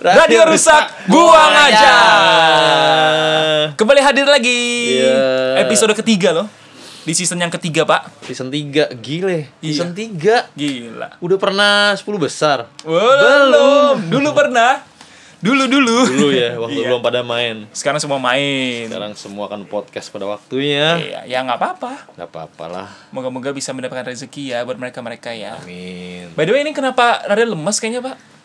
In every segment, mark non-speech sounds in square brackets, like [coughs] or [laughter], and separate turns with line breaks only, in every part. Radio rusak, buang aja. Kembali hadir lagi.
Iya.
Episode ketiga loh. Di season yang ketiga, Pak.
Season 3 gile.
Iya.
Season 3
Gila.
udah pernah 10 besar.
Belum. Dulu pernah. Dulu-dulu.
Dulu ya waktu
Iya.
belum pada main.
Sekarang semua main.
Sekarang semua kan podcast pada waktunya.
Iya, ya nggak apa-apa.
Enggak apa-apalah.
Moga-moga bisa mendapatkan rezeki ya buat mereka-mereka ya.
Amin.
By the way, ini kenapa Rada lemes kayaknya, Pak?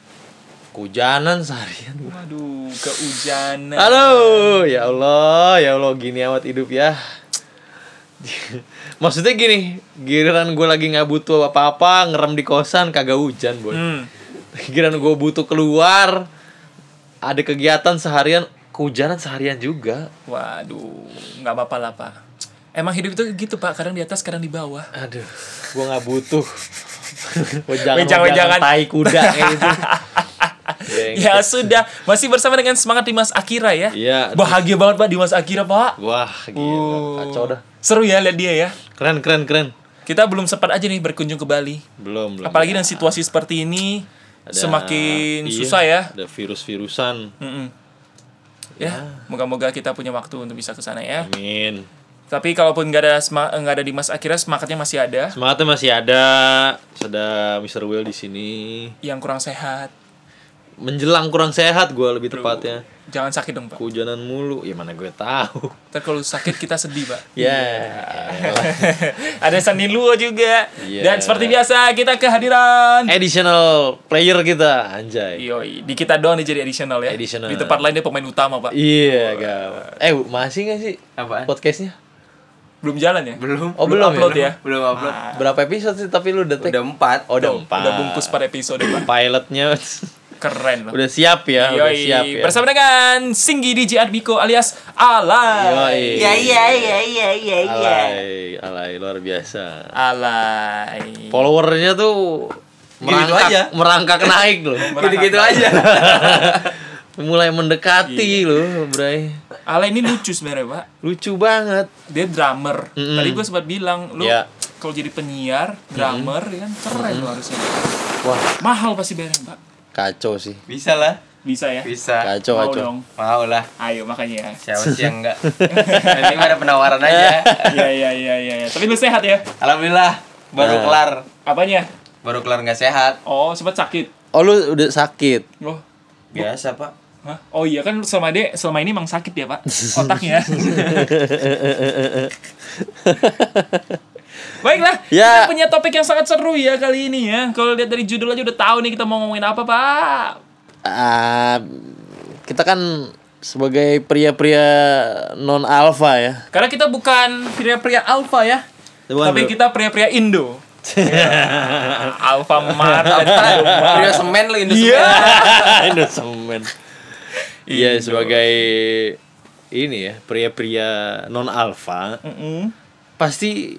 Kujanan seharian.
Waduh, keujanan.
Halo, ya Allah, ya Allah gini amat hidup ya. [laughs] Maksudnya gini, giliran gue lagi nggak butuh apa-apa, ngerem di kosan kagak hujan, boy.
Hmm.
Giliran gue butuh keluar, ada kegiatan seharian, kehujanan seharian juga.
Waduh, nggak apa-apa lah, Pak. Emang hidup itu gitu, Pak. Kadang di atas, kadang di bawah.
Aduh, gue nggak butuh. wejangan,
Wejangan-
wejangan,
wejangan.
tai kuda kayak
[laughs]
gitu.
Ya sudah, masih bersama dengan semangat Dimas Akira ya.
Iya, aduh.
Bahagia banget Pak Dimas Akira, Pak.
Wah, gila,
Uh.
Iya, kacau dah.
Seru ya lihat dia ya.
Keren, keren, keren.
Kita belum sempat aja nih berkunjung ke Bali.
Belum, belum.
Apalagi dengan situasi seperti ini
Ada-
semakin
iya,
susah ya.
Ada virus-virusan.
Mm-mm. Ya, moga-moga kita punya waktu untuk bisa ke sana ya.
Amin.
Tapi kalaupun nggak ada sema- nggak ada Dimas Akira, semangatnya masih ada.
Semangatnya masih ada. Sudah Mr. Will di sini.
Yang kurang sehat,
Menjelang kurang sehat gue lebih tepatnya.
jangan sakit dong, Pak.
Kehujanan mulu. Ya mana gue tahu.
Ntar kalau sakit kita sedih, Pak. [laughs]
Ya.
ada Sandi Luo juga.
Iya. Eh.
Dan seperti biasa, kita kehadiran
Additional player kita, anjay.
Yoi, di kita doang dia jadi additional ya.
Additional.
Di tempat lain dia pemain utama, Pak.
Iya, gawat. Eh, masih gak sih
Apaan?
podcastnya?
Belum jalan ya?
Belum.
Oh, belum
upload
ya?
ya.
Belum upload.
Berapa episode sih tapi lu udah take?
Udah empat.
Oh, udah
Tuh,
empat.
Udah bungkus per episode, Pak.
Pilotnya [laughs]
Keren loh.
udah siap ya, udah
Yoi,
siap ya.
bersama dengan Singgi DJ Adbiko alias Alay.
Yoi.
Iya iya iya iya iya iya.
Alay, alay luar biasa.
Alay.
Followernya tuh
Gitu-gitu
merangkak,
aja.
merangkak naik
[laughs]
loh.
Gitu-gitu aja.
[laughs] Mulai
Iya.
mendekati loh, Bray.
Alay ini lucu sebenarnya, Pak.
Lucu banget.
Dia drummer.
Mm-mm.
Tadi gue sempat bilang, lu
Iya.
kalau jadi penyiar, drummer, ya kan keren lo harusnya.
Wah,
Mahal pasti bayarnya, Pak.
kacau sih.
Bisa lah.
Bisa ya?
Bisa.
Kacau,
Mau
kacau.
dong.
Mau lah.
Ayo makanya ya.
Siapa sih yang enggak? Nanti ada penawaran aja.
Iya iya iya iya. iya. Tapi lu sehat ya?
Alhamdulillah. Baru
Nah.
kelar.
Apanya?
Baru kelar nggak sehat.
Oh, sempat sakit.
Oh, lu udah sakit.
Oh.
Biasa pak.
Hah? Oh iya kan selama dia selama ini emang sakit
[laughs]
ya, Pak. Otaknya. Baiklah,
Ya.
kita punya topik yang sangat seru ya kali ini ya. Kalau lihat dari judul aja udah tahu nih kita mau ngomongin apa, Pak.
[laughs] Ah, kita kan sebagai pria-pria non alfa
[laughs]
ya.
Karena kita bukan pria-pria alfa ya.
Bukan,
tapi
Bro.
kita pria-pria
[laughs]
Indo. Ya, alfa Mart dan
Pria semen lu Indo
[laughs] Iya.
semen.
Indosemen. Ya. Iya sebagai ini ya pria-pria non alfa
Mm-mm.
pasti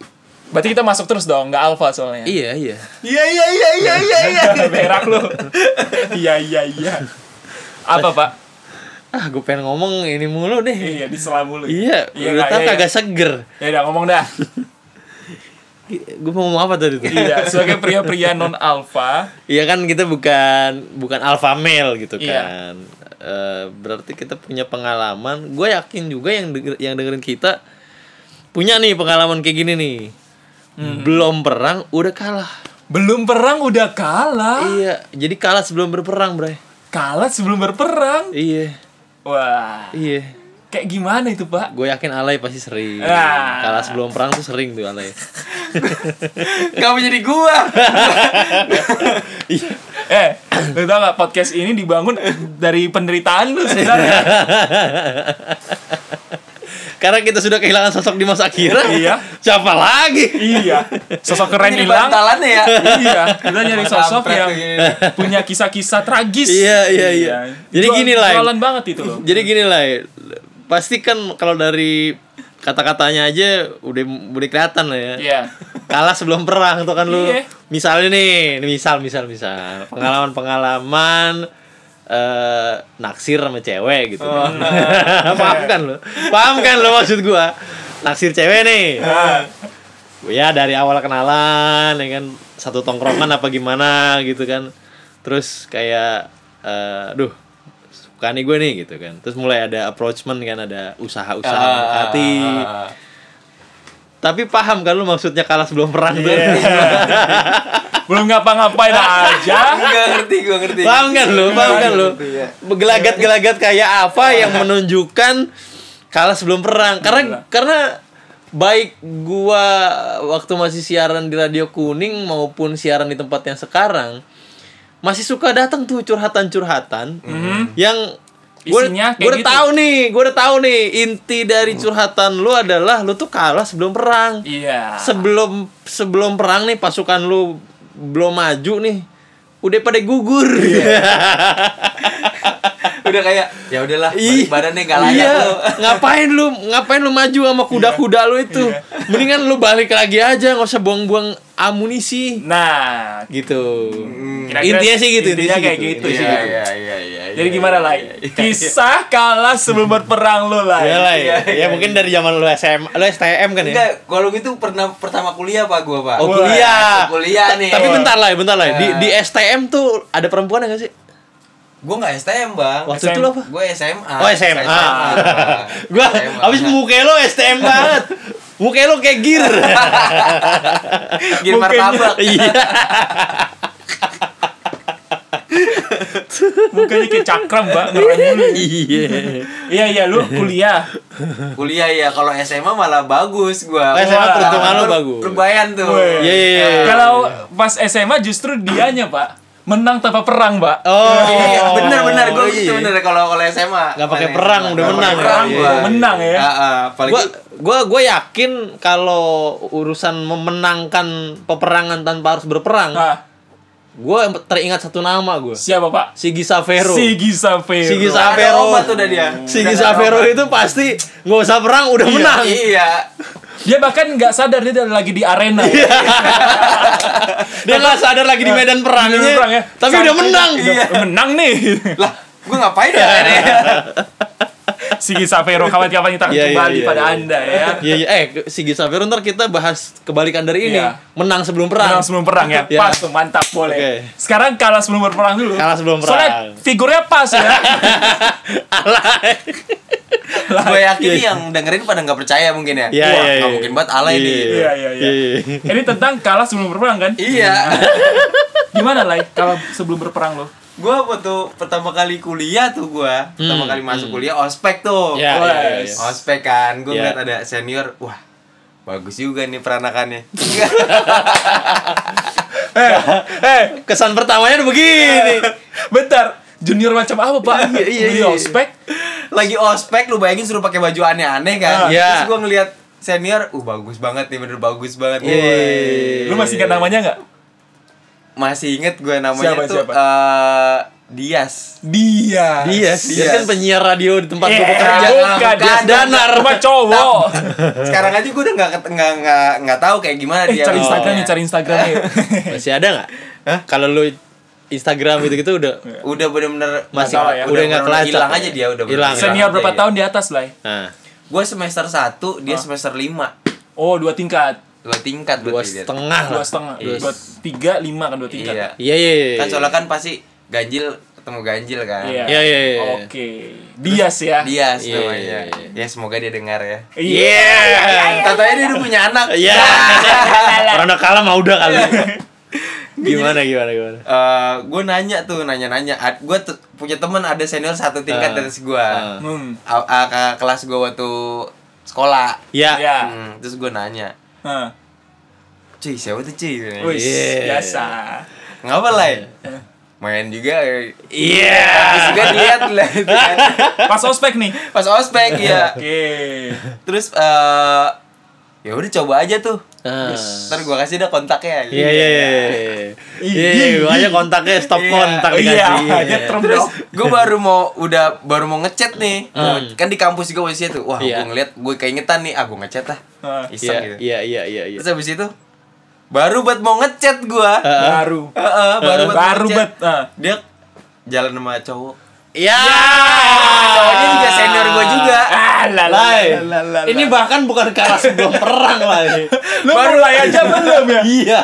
Berarti kita masuk terus dong, nggak alfa soalnya.
iya iya
Iya iya iya iya iya iya.
[laughs] berak lu iya iya iya apa pak
ah gue pengen ngomong ini mulu deh
iya di selam mulu
iya udah
Kak,
tau
iya,
kagak seger
iya. ya udah ngomong dah
gue mau ngomong apa tadi tuh
iya sebagai pria-pria non alfa
iya kan kita bukan bukan alpha male gitu
Iya.
kan Eh, berarti kita punya pengalaman gue yakin juga yang denger, yang dengerin kita punya nih pengalaman kayak gini nih
Hmm.
belum perang udah kalah
belum perang udah kalah
iya jadi kalah sebelum berperang bray
kalah sebelum berperang
iya
wah
iya
kayak gimana itu pak
gue yakin alay pasti sering
Ah.
kalah sebelum perang tuh sering tuh alay [laughs]
Kamu jadi gua.
Iya,
eh lu tau gak podcast ini dibangun dari penderitaan lu sebenarnya
karena kita sudah kehilangan sosok Dimas Akira
Iya.
siapa lagi
iya sosok keren
Jadi
hilang
bantalannya
[laughs]
ya.
iya kita nyari sosok
Kampret
yang
lu gini.
punya kisah-kisah tragis
Iya, iya, iya. Jadi
Jual-
gini, Lai.
jualan banget itu Gitu loh
jadi gini lah pasti kan kalau dari kata-katanya aja udah udah kelihatan lah ya
[laughs] iya
kalah sebelum perang tuh kan lu
Iya.
misalnya nih nih misal misal misal pengalaman pengalaman eh naksir sama cewek gitu
Oh, nah.
[laughs] paham kan lu paham kan lu maksud gua naksir cewek nih
Nah,
ya dari awal kenalan ya kan satu tongkrongan apa gimana gitu kan terus kayak eh duh suka nih gue nih gitu kan terus mulai ada approachment kan ada usaha-usaha mendekati
Ah.
tapi paham kan lu maksudnya kalah sebelum perang tuh
Iya.
Belum ngapa-ngapain aja.
ah. Gua ngerti, gua ngerti.
paham kan lu paham kan lu
gitu,
Iya.
Iya,
gelagat-gelagat kayak apa yang menunjukkan kalah sebelum perang
Iya.
karena karena baik gua waktu masih siaran di radio kuning maupun siaran di tempat yang sekarang masih suka datang tuh curhatan-curhatan yang gue
Hmm. Isinya kayak
udah
gitu.
tahu nih gue udah tahu nih inti dari curhatan lu adalah lu tuh kalah sebelum perang
Ah.
Iya.
sebelum sebelum perang nih pasukan lu belum maju nih udah pada gugur
Iya,
[laughs]
Udah kayak ya udahlah,
Ih,
balik badan nih gak layak
iya. [laughs]
lu. Iya.
ngapain lu ngapain lu maju sama kuda-kuda lu itu mendingan lu balik lagi aja nggak usah buang-buang amunisi
Nah,
gitu
Hmm.
Kira-kira
intinya sih gitu
intinya kayak gitu
intinya
sih.
sih
Iya,
gitu.
iya, iya, iya.
jadi
iya,
gimana
iya,
lah?
iya, iya.
Kisah kalah sebelum berperang lu
Ya
lah.
lah ya. Ya mungkin dari zaman lu SMA, lu STM kan ya.
iya, Enggak, kalau gitu pernah pertama kuliah Pak gua, Pak.
Oh,
Wah, ya.
kuliah.
kuliah
Ta-
nih.
Tapi bentar lah, bentar lah. Di
Ya.
di STM tuh ada perempuan enggak sih?
Gua enggak STM, Bang.
Waktu
SM.
itu lu apa?
Gua SMA.
Oh SMA.
[laughs] Bang.
Gua
SMA.
abis muka lo STM banget. Muka lo kayak gear.
[laughs] Gilmar
Mungkin-
Tabak.
Iya.
Mukanya kayak cakram, Mbak. Ngerem mulu.
Iya.
Iya, iya, lu kuliah.
Kuliah ya, kalau SMA malah bagus gua.
Oh, SMA perhitungan lo
Lu-
bagus.
Lumayan tuh.
Weh.
Iya iya iya.
Kalau pas SMA justru dianya, Pak. Menang tanpa perang, Pak.
Oh.
Iya, bener bener gue
iya.
gitu bener kalau kalau SMA.
Nggak pakai
Paling-
perang, udah
nggak
menang. ya.
pakai Perang
Iya,
gua.
menang ya.
Ah, ah, apalagi
Gua gua gua yakin kalau urusan memenangkan peperangan tanpa harus berperang,
Nah,
gua teringat satu nama gua.
siapa, Pak?
Sigi Savero.
Sigi Savero.
Sigi
Ada
Savero.
obat udah dia.
Sigi
Udah
Savero
ada obat.
itu pasti nggak usah perang udah menang.
Iya.
Dia bahkan nggak sadar dia lagi di arena. ya.
Iya, Dia nggak sadar lagi di medan perangnya.
Ah. perang ya.
Tapi udah menang. Iya.
Udah menang nih.
Lah, gue ngapain ya? ini? [laughs]
Sigi Savero kawan-kawan kita akan
Iya, iya,
kembali
iya,
pada
iya.
Anda ya.
Iya, iya. eh Sigi Savero ntar kita bahas kebalikan dari ini.
Iya.
Menang sebelum perang.
Menang sebelum perang ya.
Iya. [laughs]
Pas tuh mantap boleh.
Oke.
Sekarang kalah sebelum berperang dulu.
Kalah sebelum perang.
Soalnya figurnya pas
[laughs]
ya.
Alay.
Gue yakin nih yang dengerin pada nggak percaya mungkin ya.
Iya,
Wah,
iya,
nggak
iya.
mungkin banget alay nih.
Iya, iya, iya. Ini tentang kalah sebelum berperang kan?
[laughs] Iya.
Gimana lah kalau sebelum berperang lo?
Gue waktu pertama kali kuliah tuh gue, pertama kali masuk kuliah ospek
Hmm.
tuh.
Iya, iya, iya.
Ospek kan, gue
Iya.
ngeliat ada senior, wah bagus juga nih peranakannya. [laughs]
Eh, eh, kesan pertamanya udah
[laughs]
begini.
Bentar, junior macam apa pak?
Iya, iya,
Beli
iya.
ospek?
lagi ospek lu bayangin suruh pakai baju
Ah,
aneh-aneh kan
iya.
terus gua ngeliat senior uh bagus banget nih bener bagus banget nih Eh.
Yeay.
Lu masih ingat namanya nggak?
masih inget gue namanya
Siapa,
tuh
siapa?
eh, Dias
Dia.
Iya,
Dia, dia kan penyiar radio di tempat
Eh,
gua bekerja.
bukan,
Dia danar.
Cuma cowok. [laughs]
sekarang aja gue udah nggak ket- nggak nggak nggak tahu kayak gimana
Eh,
dia
cari
orangnya.
Instagramnya, cari Instagramnya.
Masih ada nggak? Kalau lu Instagram gitu-gitu udah
udah bener-bener
masih
tahu
udah
ya.
udah
nggak
bener-bener
kelacak.
hilang
ya?
aja dia udah
hilang.
Senior
aja
berapa
dia.
tahun Ah. di atas lah?
Nah,
gue semester 1 dia semester 5
Oh, dua tingkat.
dua tingkat
dua
berarti dia.
setengah
Dua
lah.
setengah.
Iya.
Dua, tiga, lima kan dua tingkat.
iya
Ah, Iya iya. iya.
kan soalnya kan pasti ganjil ketemu ganjil kan
Iya, iya, iya.
Oke. Dias ya.
Dias
Iya,
namanya
iya, iya.
ya semoga dia dengar ya
Iya.
Katanya dia udah punya anak.
Iya. Orang udah kalah mau udah
Iya.
kali. gimana gimana gimana.
[laughs] Eh, gue nanya tuh nanya-nanya. Gue punya teman ada senior satu tingkat
Ah.
dari gue.
Ah.
Hmm.
A- a- ke- kelas gue waktu sekolah.
Ya.
Ya.
Hmm, terus gue nanya,
Hah.
cuy siapa tuh cuy?
Wis,
Iya.
biasa.
Ngapa lah? Main juga. eh.
Iya.
Terus juga dilihat lah. itu kan.
Pas ospek nih.
Pas ospek ya.
Oke.
Terus eh ya udah coba aja tuh.
Ah.
Ntar gue kasih dah kontaknya. gitu.
Iya iya iya. Iya, iya, gua aja kontaknya stop
Iya.
kontak
Iya,
dikasih.
dia term-
Terus gue baru mau udah baru mau ngechat nih.
Hmm.
Kan di kampus juga posisinya tuh. Wah,
Iya.
gue ngeliat gue keingetan nih. Ah, gue ngechat lah.
Ah,
Iseng
Iya
gitu.
iya iya iya iya.
Terus habis itu baru buat mau ngechat gue.
Ah.
Baru. Eh,
Heeh, Eh, baru buat
Baru
ngechat.
bet. ah.
Dia jalan sama cowok.
Ya.
Cowoknya juga senior gue juga.
Ah, la, la,
Lai.
la, la, la, la.
Ini bahkan bukan kalah sebelum perang lah ini.
lu baru mulai aja belum ya?
Iya.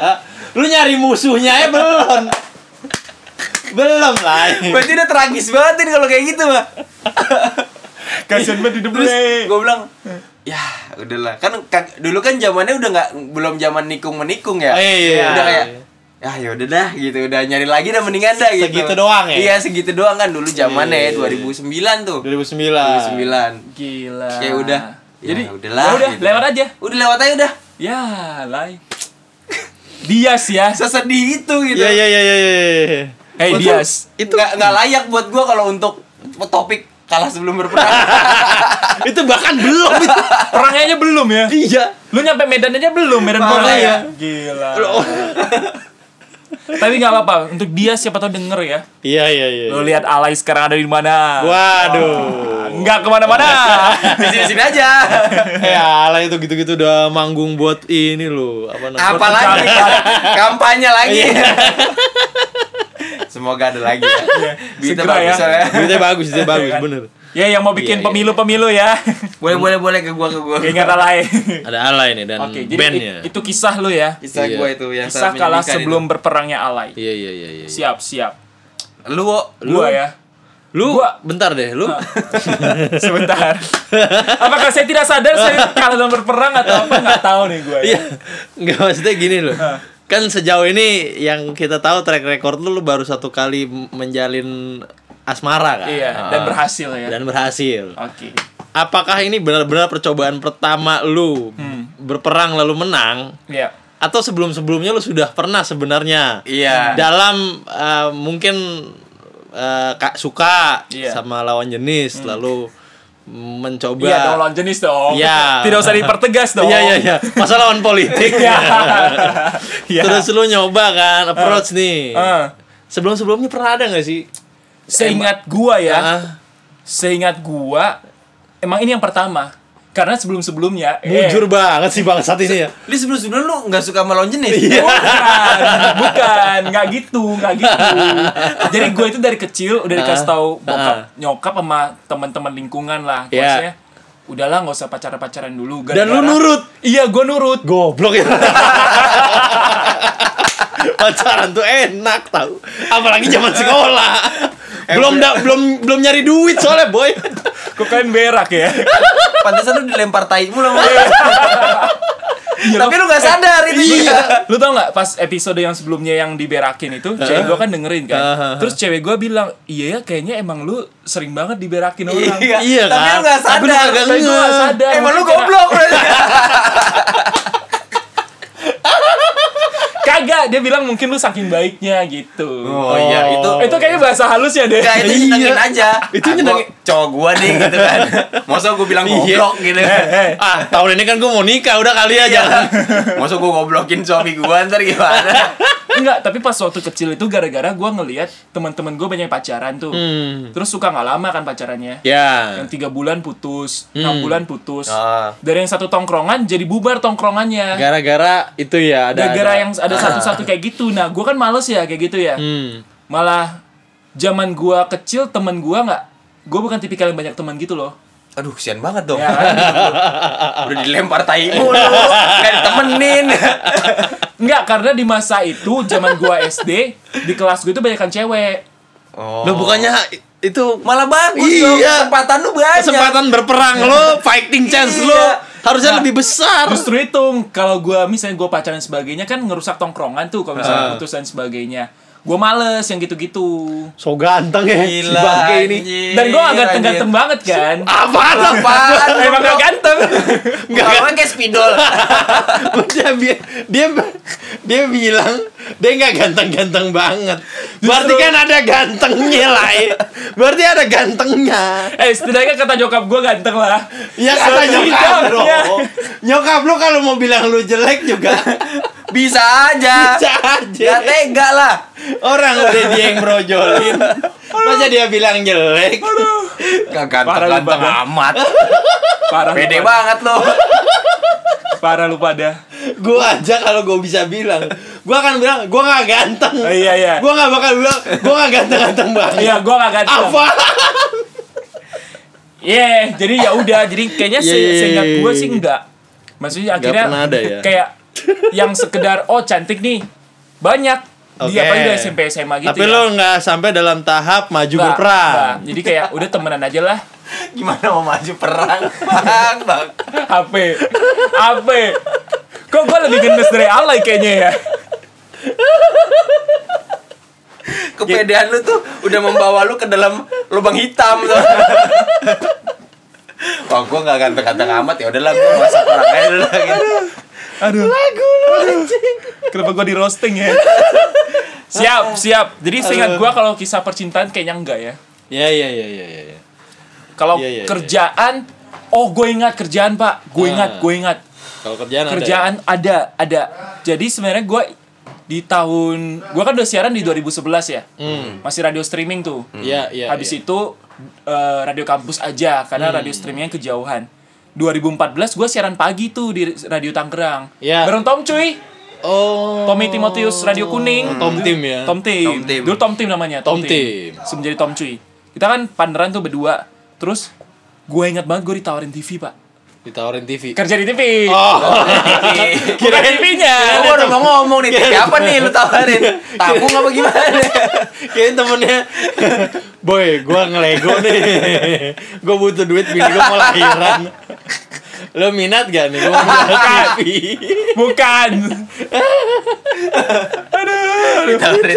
Lu nyari musuhnya ya belum. Belum lah.
Berarti udah tragis banget nih kalau kayak gitu, Pak.
Kasian banget hidup
Terus
gue.
gue bilang, ya udahlah. Kan kak- dulu kan zamannya udah nggak belum zaman nikung menikung ya.
Oh, iya, iya.
Udah kayak
Iya.
ya yaudah dah gitu udah nyari lagi dah mendingan dah gitu
Segitu doang ya?
iya segitu doang kan dulu zamannya
Iya, iya, iya.
2009 tuh
2009.
2009
Gila.
kayak udah
Jadi
ya udahlah
ya udah
gitu.
lewat aja.
udah lewat aja udah
Ya, lay. Dias ya.
sesedih itu gitu
Iya iya iya iya. iya.
Hey
Untung
Dias.
itu nggak nggak layak buat gua kalau untuk topik kalah sebelum
[laughs]
berperang
Itu bahkan belum. itu.
Perangnya aja belum ya.
[laughs] Iya.
Lu nyampe Medan aja belum, Medan
Parah
Kota
ya.
ya.
Gila.
Tapi nggak apa-apa. Untuk Dias siapa tahu denger ya.
Iya iya iya.
Lu lihat Alay sekarang ada di mana?
Waduh.
Nggak kemana-mana.
di sini sini aja
[laughs] Eh ala itu gitu-gitu udah manggung buat ini loh. Apa namanya?
apalagi [laughs] kampanye lagi
Iya.
[laughs] semoga ada lagi ya. Berita
Segera
bagus
ya.
soalnya.
Duitnya bagus, [laughs] duitnya bagus, bener.
ya yang mau
Iya,
bikin
iya.
pemilu-pemilu ya.
boleh boleh boleh ke gua ke gua
Ingat Alay.
Ada ala ini dan
Oke, jadi
bandnya.
it- itu kisah lu ya.
kisah
Iya.
gua itu yang
Kisah
sangat
kalah
menyedihkan
sebelum berperangnya Alay.
Iya iya iya iya.
Siap, siap.
itu. lu Wo.
Gua ya.
Lu
Gua- [laughs]
bentar deh, lu. [laughs]
Sebentar. Apakah saya tidak sadar saya kalah dalam berperang atau apa nggak tahu nih ya. gue.
Iya. Enggak maksudnya gini loh. Kan sejauh ini yang kita tahu track record lu, lu baru satu kali m- menjalin asmara kan?
Iya, dan berhasil ya.
Dan berhasil.
Oke.
Apakah ini benar-benar percobaan pertama lu berperang lalu menang?
Iya.
Atau sebelum-sebelumnya lu sudah pernah sebenarnya?
Iya.
Dalam eh, mungkin eh, kak suka
Iya. Hmm.
sama lawan jenis lalu mencoba
Iya dong lawan jenis dong.
Iya.
Tidak usah dipertegas dong.
Iya iya iya. Masa lawan politik. [laughs]
Iya.
Terus lu nyoba kan approach nih.
Eh,
Sebelum-sebelumnya pernah ada gak sih?
seingat gua ya,
Ah,
seingat gua emang ini yang pertama. Karena sebelum-sebelumnya eh,
Jujur banget sih bangsat ini ya.
Lu sebelum sebelum lu nggak suka sama lawan jenis?
Iya.
Iya. Oh,
Oh,
Bukan, bukan, nggak gitu, nggak gitu. Jadi gue itu dari kecil udah dikasih
Ah.
tahu bokap, nyokap sama teman-teman lingkungan lah.
Iya.
Maksudnya, udahlah nggak usah pacaran-pacaran dulu.
Dan lu
Gara-gara-
nurut.
Iya, gue nurut.
Goblok ya. [laughs] Pacaran tuh enak tau Apalagi zaman sekolah. [laughs] belum da- belum belum nyari duit soalnya boy.
Gue kan berak ya.
Pantesan lu dilempar tai mulu sama dia.
Iya.
[laughs] Tapi lu nggak sadar itu juga.
Iya.
lu tau nggak pas episode yang sebelumnya yang diberakin itu,
Ah.
cewek gue kan dengerin kan. Terus cewek gue bilang, iya ya kayaknya emang lu sering banget diberakin orang.
Iya,
Tapi
kan?
lu nggak
Tapi lu
sadar.
kagak
Tapi gue gak
nge.
sadar.
Emang lu
Mungkin karena-
goblok berarti.
Iya. Kagak, dia bilang mungkin lu saking baiknya gitu.
Oh iya itu
Itu kayaknya bahasa halus ya deh.
Enggak, itu
Iya.
nyenengin aja.
Itu
Ah, gua-
nyenengin.
cowok gua nih gitu
[laughs]
kan. Masa gua
Iya.
bilang goblok gitu.
Eh,
Ah, tahun ini kan gue mau nikah udah kali aja.
Iya. [laughs] Masa gua goblokin suami gua ntar gimana?
Enggak, tapi pas waktu kecil itu gara-gara gua ngelihat teman-teman gue banyak yang pacaran tuh.
Hmm.
Terus suka nggak lama kan pacarannya.
[laughs]
Iya.
Ya.
Yang tiga bulan putus,
Hmm.
enam bulan putus.
Ah.
Dari yang satu tongkrongan jadi bubar
Ya,
tongkrongannya.
Gara-gara itu ya ada
Gara-gara
ada-
yang ada satu-satu kayak gitu. Nah, gua kan males ya kayak gitu ya.
Hmm.
Malah zaman gua kecil temen gua nggak gue bukan tipikal yang banyak teman gitu loh.
Aduh, kesian banget dong.
Ya
[laughs]
kan?
Udah dilempar tai mulu, [laughs] enggak ditemenin.
Enggak, karena di masa itu zaman gua SD, di kelas gue itu banyakkan cewek.
Oh.
Lo bukannya i- itu
malah bagus dong.
Iya.
Kesempatan lu banyak.
kesempatan berperang
[laughs]
lo, fighting chance lo
Iya.
harusnya
Nah,
lebih besar.
[laughs] Justru itu kalau gua misalnya gua pacaran sebagainya kan ngerusak tongkrongan tuh kalau
Ah.
misalnya putus dan sebagainya. Gua males yang gitu-gitu.
So ganteng ya si
Gila.
bangke ini.
anjir,
Dan gua
iya,
agak
anjir.
ganteng-ganteng banget kan.
Apa
[laughs] Apaan? lu,
Emang gak
goblok?
ganteng.
kan? Enggak kayak spidol.
[laughs] dia, bi- dia dia bilang dia nggak ganteng-ganteng banget. Berarti kan ada gantengnya lah. ya. Berarti ada gantengnya.
[laughs] eh, setidaknya kata nyokap gua ganteng lah.
Ya kata
Sorry,
nyokap
Dok,
bro.
ya.
Nyokap lo kalau mau bilang lu jelek juga
Bisa aja.
bisa
Gak
aja.
tega lah.
Orang udah dia yang brojolin. Masa dia bilang jelek?
Gak
Parah lu,
ganteng-ganteng
Bang.
amat.
Parah lu
Pede
pada.
banget lo.
Parah lu pada.
gue aja kalau gue bisa bilang gue akan bilang gue gak ganteng
Oh, iya, iya.
gue gak bakal bilang gue gak ganteng ganteng banget
Iya, gua gak ganteng.
apa
Yeah, jadi ya udah, jadi kayaknya se
Yeah, yeah, yeah,
seingat
yeah,
gue
yeah.
sih enggak. Maksudnya akhirnya
pernah ada ya.
kayak yang sekedar oh cantik nih banyak. Dia
Oke.
paling udah SMP SMA gitu.
Tapi lo nggak sampai dalam tahap maju
Nggak, nggak.
berperang.
Jadi kayak udah temenan aja lah.
[laughs] Gimana mau maju perang? Bang, bang.
HP. HP. Kok gue lebih gendus dari Alay kayaknya ya?
Kepedean lu tuh udah membawa lu ke dalam lubang hitam tuh. Wah, gua gak ganteng-ganteng amat ya udahlah gua masak perang aja dulu lah gitu.
Aduh. Lagu Kenapa gue di roasting ya? siap, siap. Jadi seingat gue kalau kisah percintaan kayaknya enggak ya.
Iya iya iya iya. iya.
Kalau
Iya, iya, iya.
kerjaan, oh gue ingat kerjaan pak, gue
Ah.
ingat, gue ingat
Kalau kerjaan, ada ya?
kerjaan ada, ada. Jadi sebenarnya gue di tahun gue kan udah siaran di 2011 ya,
ya? Hmm.
masih radio streaming tuh.
Iya iya.
Habis
iya. Hmm.
itu eh, radio kampus aja karena radio streamingnya kejauhan. 2014 gue siaran pagi tuh di radio Tangerang.
Iya.
Bareng Tom cuy,
Oh.
Tommy Timotius Radio Kuning.
Tom Tim ya.
Hmm. Tom Tim.
Tom Tim.
Dulu Tom Tim namanya.
Tom Tim.
Sebelum jadi Tom Cuy. Kita kan panderan tuh berdua. Terus gue ingat banget gue ditawarin TV pak.
Ditawarin TV.
Kerja di TV.
Oh. [laughs]
Bukan TV-nya.
Gua udah mau ngomong nih, TV apa nih lu tawarin? Tabung apa [laughs] gimana?
Kayaknya temennya [laughs] Boy, gua ngelego nih [laughs] Gua butuh duit, bini gua mau
[laughs]
lahiran Lo minat gak nih? Gua mau buat TV
Bukan.
Tawarin TV.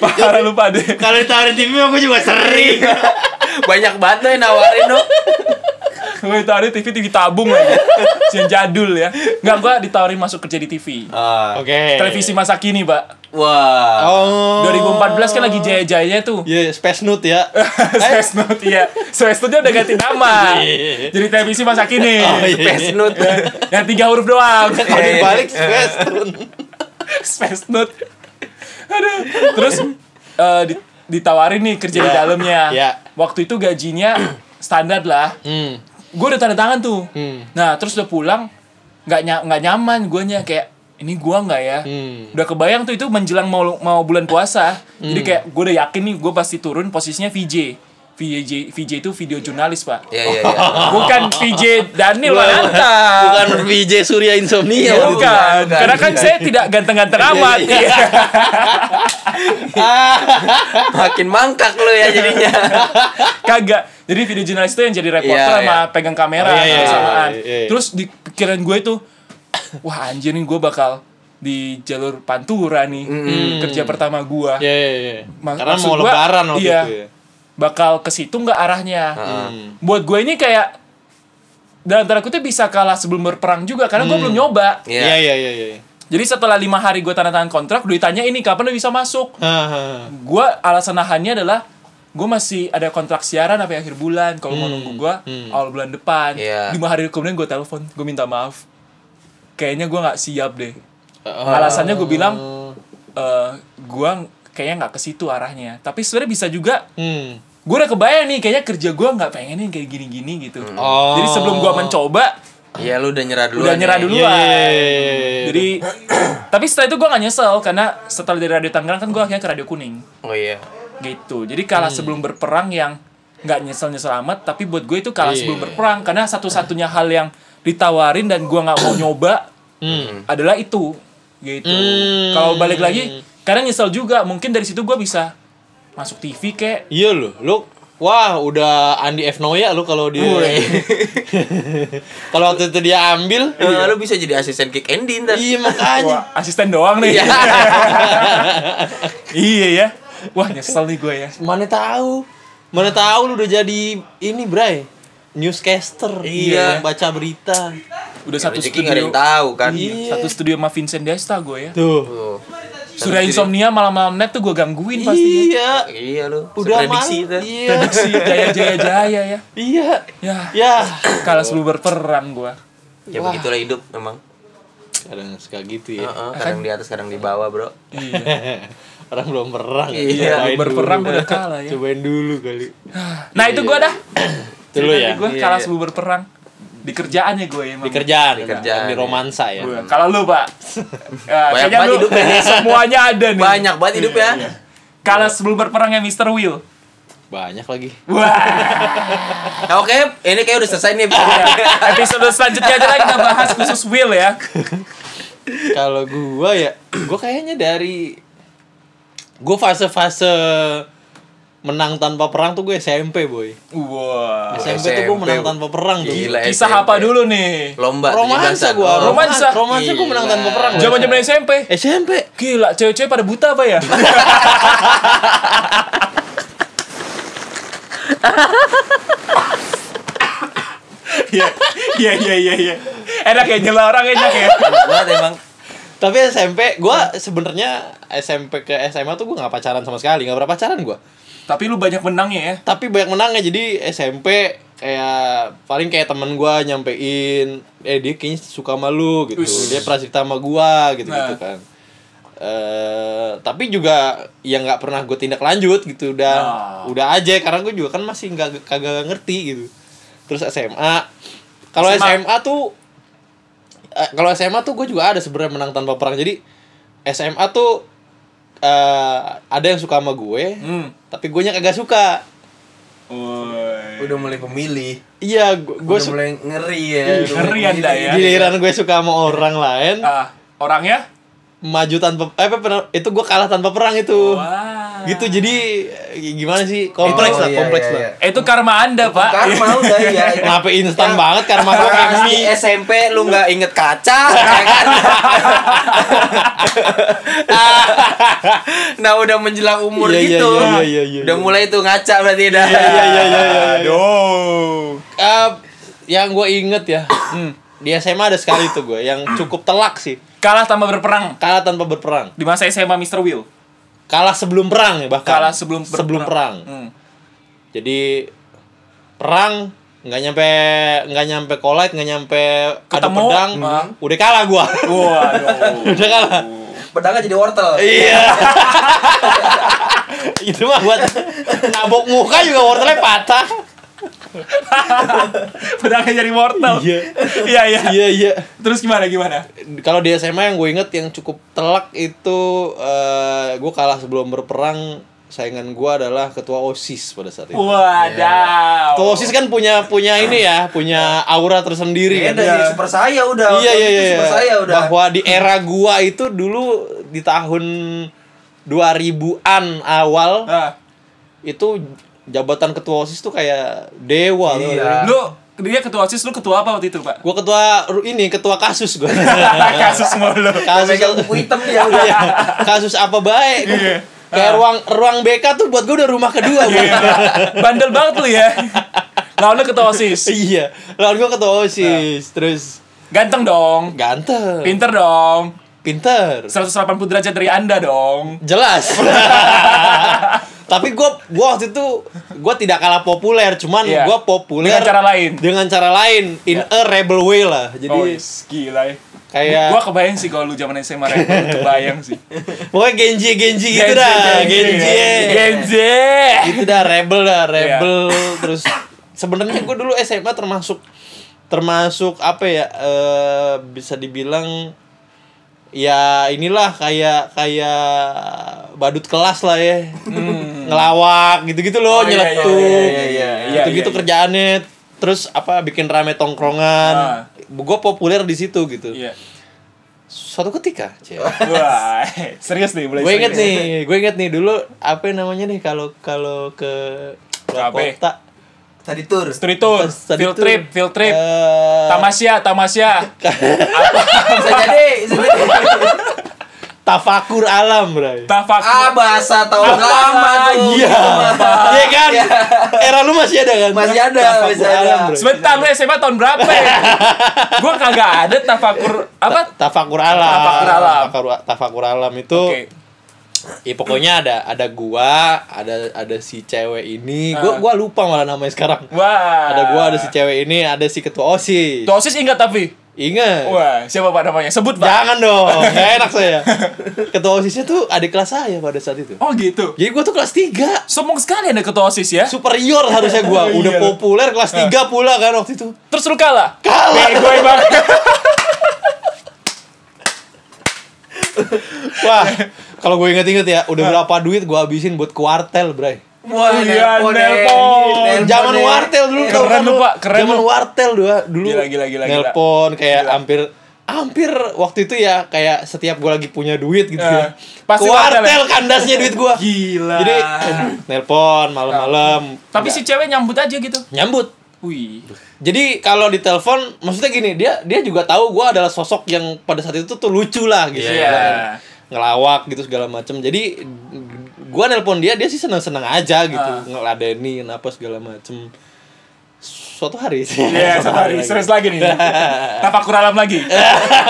Parah lu deh.
[laughs] Kalau ditawarin TV mah gua juga sering
Iya.
Banyak banget lo yang nawarin lo.
Gue ditawarin TV TV tabung lagi. Sian jadul ya. Enggak gue ditawarin masuk kerja di TV.
Ah,
Oke
Televisi masa kini pak.
Wah.
Eh. Oh
2014 kan lagi jaya-jaya tuh.
[laughs] Iya, Space Nude
[laughs]
ya
Space Note ya. Space Note udah ganti
[laughs]
nama.
Iya.
Jadi televisi masa kini.
Oh, iya.
Space note.
Yang tiga huruf doang.
[laughs] Kalau
Iya,
dibalik Space Nude
Space Note. Aduh. Terus eh, di- ditawarin nih kerja di
Iya.
dalamnya.
Iya.
Waktu itu gajinya standar lah.
Hmm
Gue udah tanda tangan tuh.
Hmm.
Nah, terus udah pulang nggak ny- nggak nyaman guanya kayak ini gua nggak ya?
Hmm.
Udah kebayang tuh itu menjelang mau mau bulan puasa. Jadi kayak gue udah yakin nih gue pasti turun posisinya VJ. VJ VJ itu video jurnalis, Pak.
Iya iya iya.
Bukan VJ Daniel Mananta.
Bukan VJ Surya Insomnia waktu
Bukan.
itu.
bukan, bukan.
Karena kan saya tidak ganteng-ganteng amat. Iya. [laughs]
Makin mangkak lo ya jadinya.
kagak jadi video jurnalis itu yang jadi reporter
Iya,
sama pegang kamera
Oh, iya, iya,
bersamaan.
iya, iya, iya.
terus di pikiran gue itu wah anjir nih gue bakal di jalur pantura nih kerja pertama gue
Mm-hmm. Iya, iya, iya
Ma-
Karena
maksud
mau
gua,
lebaran waktu
iya.
itu ya
bakal ke situ nggak arahnya
Hmm.
buat gue ini kayak dalam tanda kutip bisa kalah sebelum berperang juga karena gue belum nyoba
Iya,
Iya.
iya, iya iya.
jadi setelah lima hari gue tanda tangan kontrak ditanya ini kapan lo bisa masuk
Hahaha.
gue alasan nahannya adalah gue masih ada kontrak siaran sampai akhir bulan kalau
Hmm,
mau nunggu gue awal bulan depan
Iya.
lima hari kemudian gue telepon gue minta maaf kayaknya gue nggak siap deh
Oh.
alasannya gue bilang eh gue kayaknya nggak ke situ arahnya tapi sebenarnya bisa juga
Hmm.
gue udah kebayang nih kayaknya kerja gue nggak pengen yang kayak gini-gini gitu
Oh.
jadi sebelum gue mencoba
Iya lu udah nyerah dulu.
udah nyerah duluan
Iya, iya, iya, iya, iya.
jadi [clears throat] tapi setelah itu gue nggak nyesel karena setelah dari radio Tangerang kan gue akhirnya ke radio kuning
Oh iya.
gitu jadi kalah
Hmm.
sebelum berperang yang nggak nyesel nyesel amat tapi buat gue itu kalah
Iya.
sebelum berperang karena satu-satunya hal yang ditawarin dan gue nggak mau nyoba adalah itu gitu
Hmm.
kalau balik lagi karena nyesel juga mungkin dari situ gue bisa masuk TV kayak
Iya lu, lu wah udah Andi F Noya lu kalau dia. [laughs] kalau waktu itu dia ambil,
Eh, lu bisa jadi asisten kick Andy ntar.
iya makanya.
wah asisten doang nih
Iya.
[laughs]
iya.
iya ya wah nyesel nih gue ya
Mana tahu? Mana tahu lu udah jadi ini, Bray. Newscaster,
Iya.
yang baca berita. Ya,
udah satu
Rezeki nggak ada
studio
yang tahu kan.
Iya.
satu studio sama Vincent Desta gue ya
Tuh.
Tuh.
Surya insomnia malam-malam net tuh gue gangguin pasti
Iya.
Iya lu.
Udah malam.
Prediksi itu.
Iya.
prediksi jaya jaya jaya ya
iya.
ya
Ya.
kalah sebelum berperang gua
Ya begitulah hidup memang.
Kadang suka gitu ya.
Heeh, kadang di atas, kadang di bawah, Bro.
Kan iya
[laughs] Orang belum perang.
Iya,
Cobain
belum berperang
dulu.
udah kalah ya.
Cobain dulu kali.
nah itu gua dah
Itu lu ya.
gue kalah sebelum berperang di kerjaan ya gue emang
Di kerjaan, di
kerjaan,
di
ya.
romansa ya.
Gua. kalau lu pak ya, kayaknya
Banyak banget
lu
hidupnya.
[laughs] semuanya ada nih
Banyak banget hidup ya.
Iya. kalah sebelum berperang ya Mr. Will
Banyak lagi.
wah
Nah, oke, ini kayak udah selesai nih.
Iya. episode selanjutnya aja lah kita bahas khusus Will ya
[clears throat] Kalau gua ya, gua kayaknya dari gue fase-fase menang tanpa perang tuh gue SMP boy
Wah.
SMP, tuh gue menang tanpa perang tuh
Gila.
Kisah
SMP.
apa dulu nih?
Lomba
romansa
17-an.
gue
Oh,
romansa.
romansa romansa gue menang tanpa perang boy.
Zaman zaman SMP.
SMP
Gila, cewek-cewek pada buta apa ya?
Iya, iya, iya, iya, iya.
Enak ya nyela orang enak ya.
banget emang.
tapi SMP gue sebenarnya SMP ke SMA tuh gue nggak pacaran sama sekali nggak pernah pacaran gue
Tapi lu banyak menangnya ya.
tapi banyak menangnya jadi SMP kayak paling kayak temen gua nyampein eh dia kayaknya suka sama lu gitu
Wis.
dia pernah cerita sama gua gitu gitu
Nah.
kan eh tapi juga yang nggak pernah gue tindak lanjut gitu udah
Nah.
udah aja karena gue juga kan masih nggak kagak ngerti gitu terus SMA kalau
SMA.
SMA tuh eh, kalau SMA tuh gue juga ada sebenarnya menang tanpa perang jadi SMA tuh eh ada yang suka sama gue
Hmm.
tapi gue nya kagak suka
Woi.
Udah mulai pemilih.
Iya, gue
Udah mulai ngeri ya.
Iya,
Udah mulai
ngeri Anda ya.
giliran gue suka sama orang lain,
Ah, orangnya?
maju tanpa eh apa bener- itu gue kalah tanpa perang itu.
Wah.
Gitu jadi eh, gimana sih? Kompleks lah,
Oh, iya,
kompleks
iya,
lah.
iya.
Itu karma Anda, Pak.
Karma udah ya.
Kenapa instan
Ya. Iya.
banget karma
[laughs]
gue
Pas
kami.
di SMP lu nggak inget
[laughs]
kaca, ya kan? nah udah menjelang umur
Iya, iya,
gitu,
iya, iya, iya,
udah
iya.
mulai tuh ngaca berarti dah.
Iya iya iya iya. iya.
Aduh.
Eh, yang gue inget ya, di SMA ada sekali tuh gue yang cukup telak sih.
Kalah tanpa berperang.
Kalah tanpa berperang.
Di masa SMA Mr. Will.
Kalah sebelum perang ya bahkan.
Kalah sebelum berperang.
sebelum perang.
Hmm. [laughs]
Jadi perang nggak nyampe nggak nyampe collide nggak nyampe adu
Ketemu,
pedang
ah.
udah kalah gua
Waduh.
[laughs] udah kalah
Pedangnya jadi wortel.
iya [laughs] itu mah buat nabok muka juga wortelnya patah
Pedangnya jadi mortal.
Iya.
Iya, iya.
iya iya
Terus gimana gimana?
kalau di SMA yang gue inget yang cukup telak itu eh gue kalah sebelum berperang saingan gue adalah ketua osis pada saat itu
Wadaw.
ketua osis kan punya punya ini ya punya aura tersendiri
Iya,
kan
dari super saya
iya
udah. Waktu
iya
itu
iya
Super saya udah.
bahwa di era gua itu dulu di tahun 2000-an awal
Ah.
itu jabatan ketua OSIS tuh kayak dewa loh.
Iya.
Lu dia ketua OSIS, lu ketua apa waktu itu, Pak?
Gua ketua ru- ini ketua kasus
[laughs]
gua. Iya.
Kasus mulu.
[laughs] kasus
Megang buku hitam dia udah.
Iya. kasus apa baik.
Iya.
Ah.
Kayak ruang ruang BK tuh buat gua udah rumah kedua. Bro.
Iya.
Bandel banget lu ya. Lawan lu ketua OSIS.
[laughs] Iya. Lawan gua ketua OSIS, terus
Ganteng dong.
ganteng,
Pinter dong.
pinter.
180 derajat dari Anda dong.
jelas [laughs] tapi gue gua waktu itu gue tidak kalah populer cuman
Iya.
gue populer
Dengan cara lain. Iya.
dengan cara lain in a rebel way lah jadi Iya.
Oh, yes. gila ya.
kayak
Gua kebayang sih kalau lu zaman SMA rebel, kebayang sih.
pokoknya genji genji gitu dah genji, eh.
Genji.
itu dah rebel dah
Iya.
rebel terus sebenarnya gue dulu SMA termasuk termasuk apa ya eh, bisa dibilang ya inilah kayak kayak badut kelas lah ya ngelawak gitu-gitu loh
Hmm. Oh, iya,
nyeletuk
iya,
iya, iya,
iya.
gitu-gitu
Iya, iya.
kerjaannya terus apa bikin rame tongkrongan gue populer di situ gitu
Ah. Iya.
suatu ketika Cel,
Wah, serius nih mulai
gue inget
serius.
nih gue inget nih dulu apa namanya nih kalau kalau ke luar
Apa?
kota
Tadi tur.
Street tour,
Pas tadi
field
tuh,
trip, field trip.
eh,
Tamasya, tamasya.
Bisa jadi, bisa jadi.
tafakur alam bray
Tafak.
Ah bahasa tahun lama tuh.
iya [laughs] iya kan
Iya.
era lu masih ada kan
Masih ada,
Tafakur
masih ada.
alam, bray.
Sebentar lu SMA tahun berapa ya? gua kagak ada tafakur apa?
tafakur alam
Tafakur alam.
Tafakur- tafakur alam itu
Oke.
ya pokoknya ada ada gua ada ada si cewek ini gua
Ah.
gua lupa malah namanya sekarang
Wah.
ada gua ada si cewek ini ada si ketua osis
Dosis ingat tapi.
ingat
Wah, siapa Pak namanya? Sebut Pak.
Jangan dong, [laughs] gak enak saya. Ketua OSISnya tuh adik kelas saya pada saat itu.
Oh gitu.
Jadi gua tuh kelas 3.
Sombong sekali Anda ketua OSIS ya.
Superior harusnya gua, udah
Iya.
populer kelas 3 pula kan waktu itu.
Terus lu kalah.
Kalah.
Bego
[laughs]
emang.
Wah, kalau gue inget-inget ya, udah berapa duit gua habisin buat kuartel, Bray.
Wah,
Iya,
nelpon,
nelpon.
eh.
Zaman
eh.
wartel dulu
ya.
tau
Keren
kan
lu, Pak, keren
Zaman
lu.
wartel dulu, dulu
Gila, gila, gila, gila.
nelpon kayak hampir hampir waktu itu ya kayak setiap gue lagi punya duit gitu ya.
Eh, pasti
Kuartel
wartel ya?
kandasnya duit gue.
Gila.
Jadi eh, nelpon malam-malam.
Tapi
Nggak-
si cewek nyambut aja gitu.
nyambut.
Wih.
Jadi kalau ditelepon maksudnya gini, dia dia juga tahu gue adalah sosok yang pada saat itu tuh lucu lah gitu.
Iya.
kan. Ngelawak gitu segala macem Jadi gue nelpon dia, dia sih seneng-seneng aja gitu.
Ah.
Ngeladeni apa segala macem Suatu hari sih.
Iya, satu hari.
lagi. [laughs]
Serius lagi nih. Tanpa kuralam lagi.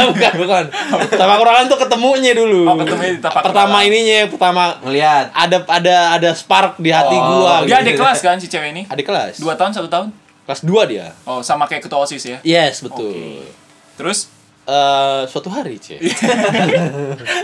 bukan bukan sama Kuralan tuh ketemunya dulu
Oh, ketemunya di tapak
pertama
Kuralan.
ininya pertama
Ngeliat.
ada ada ada spark di hati
Oh,
gua
Dia adik kelas kan si cewek ini?
ada kelas
Dua tahun, satu tahun?
kelas dua dia
Oh, sama kayak ketua OSIS ya?
yes betul
Oke. Terus?
Eh, suatu hari cie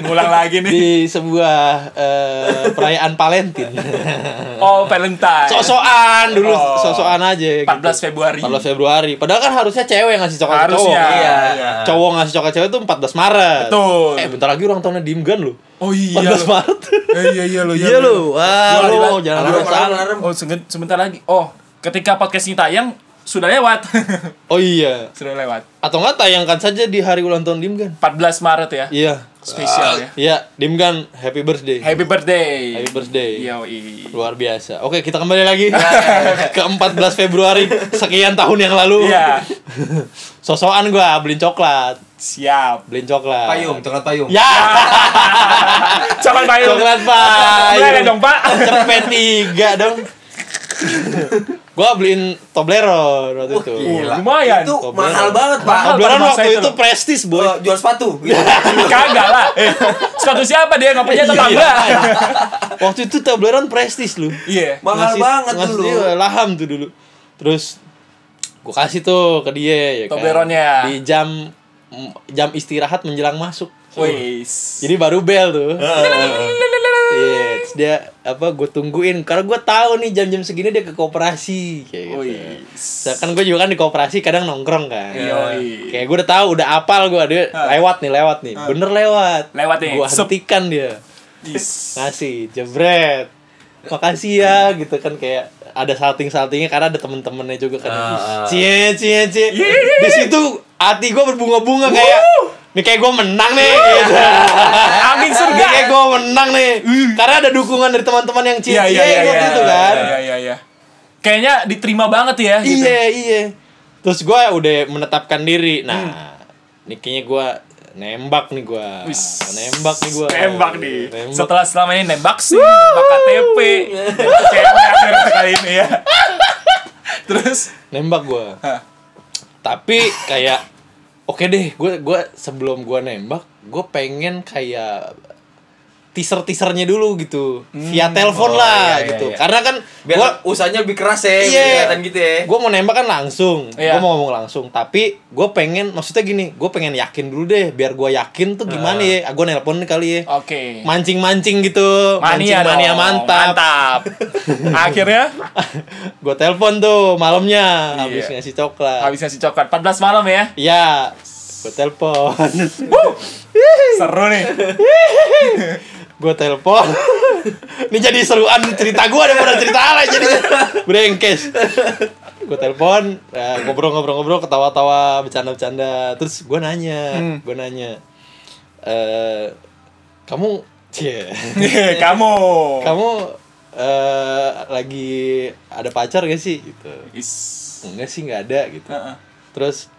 Ngulang lagi nih.
di sebuah eh, perayaan Valentin
[laughs] Oh, Valentine.
sok-sokan dulu
Oh.
sok-sokan aja gitu.
14 Februari.
14 Februari padahal kan harusnya cewek yang ngasih coklat ke cowok
Harusnya.
Iya.
cowok ngasih coklat cewek tuh 14 Maret
Betul.
eh bentar lagi ulang tahunnya Dimgan loh 14
Oh iya. lo.
Maret
Eh, iya iya lo.
Iya lu, wah
Dua hari
lu
lagi.
jangan
Alarm,
merasa.
alarm, alarm.
Oh, segen- sebentar lagi. Oh, ketika podcast ini tayang sudah lewat. [laughs]
Oh iya,
sudah lewat.
atau enggak tayangkan saja di hari ulang tahun Dimgan?
14 Maret ya.
Iya,
Spesial ya.
iya Dimgan happy birthday, happy,
Happy birthday.
birthday,
Iya, oi.
luar biasa. Oke kita kembali lagi [laughs] ke 14 Februari sekian tahun yang lalu.
Iya.
[laughs] Sosokan gua beliin coklat, [laughs]
Siap.
beliin coklat.
Payung, coklat payung.
Ya,
Coklat payung.
coklat
Boleh
payung.
dong,
[laughs]
Pak.
Cepet tiga dong. gua beliin Toblerone waktu itu.
Gila. Lumayan.
Itu
Toblerone.
mahal banget, Pak.
Mahal banget.
Toblerone
masa
waktu
itu
itu
loh.
prestis boy.
Eh, jual sepatu.
Kagak lah. Eh,
Iya.
sepatu siapa dia nggak punya tetangga?
Waktu itu Toblerone prestis lu.
Iya.
Mahal
Ngasih-
banget
ngasih
dulu.
dia laham tuh dulu. Terus gue kasih tuh ke dia ya kan.
Toblerone-nya.
Di jam jam istirahat menjelang masuk.
Wis.
Jadi baru bel tuh.
[laughs]
Iya, terus dia apa gue tungguin karena gue tahu nih jam-jam segini dia ke koperasi kayak gitu.
Wis.
Nah, kan gue juga kan di koperasi kadang nongkrong kan.
Iya,
Yoi.
Kayak gue udah tahu udah apal gue dia lewat nih lewat nih. Bener lewat.
Lewat nih.
Gue
Sep.
hentikan dia
Is.
ngasih jebret makasih ya gitu kan kayak ada salting saltingnya karena ada temen-temennya juga kan
Ah, ah.
cie cie cie di situ hati gue berbunga-bunga kayak ini kayak gue menang nih gitu.
Angin
Ini
surga. Hmm.
kayak gue menang nih karena ada dukungan dari teman-teman yang cie
Iya
cie
iya iya.
waktu
iya,
itu kan
Iya iya iya. Kayaknya diterima banget ya gitu.
iya iya terus gue udah menetapkan diri nah ini kayaknya gue nembak nih gue
Hmm. Wis.
Ah, nembak nih gue
Nembak nih.
Nembak.
Setelah selama ini nembak sih, nembak
[laughs]
KTP, nembak cewek akhirnya kali ini ya. Terus
nembak gue
Hah.
tapi kayak oke deh gue gua sebelum gue nembak gue pengen kayak teaser teasernya dulu gitu via telepon lah
Hmm. iya, iya,
gitu
iya.
karena kan
Biar
gue
usahanya lebih keras ya, biar
Iya.
kelihatan gitu ya.
gue mau nembak kan langsung gue
Iya.
mau ngomong langsung tapi gue pengen maksudnya gini gue pengen yakin dulu deh biar gue yakin tuh gimana ya gue nelpon kali
Oh,
ya
oke.
iya.
mancing mancing gitu mancing
Mania dong.
mania mantap [laughs]
Mantap. Akhirnya
gue telepon tuh malamnya habis
Iya.
ngasih coklat
habis ngasih coklat 14 malam ya.
ya gue telepon [laughs]
Seru nih.
gue telepon [laughs] ini jadi seruan cerita gue daripada cerita Ale jadi brengkes gue telepon ya, ngobrol-ngobrol-ngobrol ketawa-tawa bercanda-bercanda terus gue nanya gue nanya eh kamu cie
Iya, Kamu.
kamu eh lagi ada pacar gak sih gitu
Is.
enggak sih nggak ada gitu
Heeh.
terus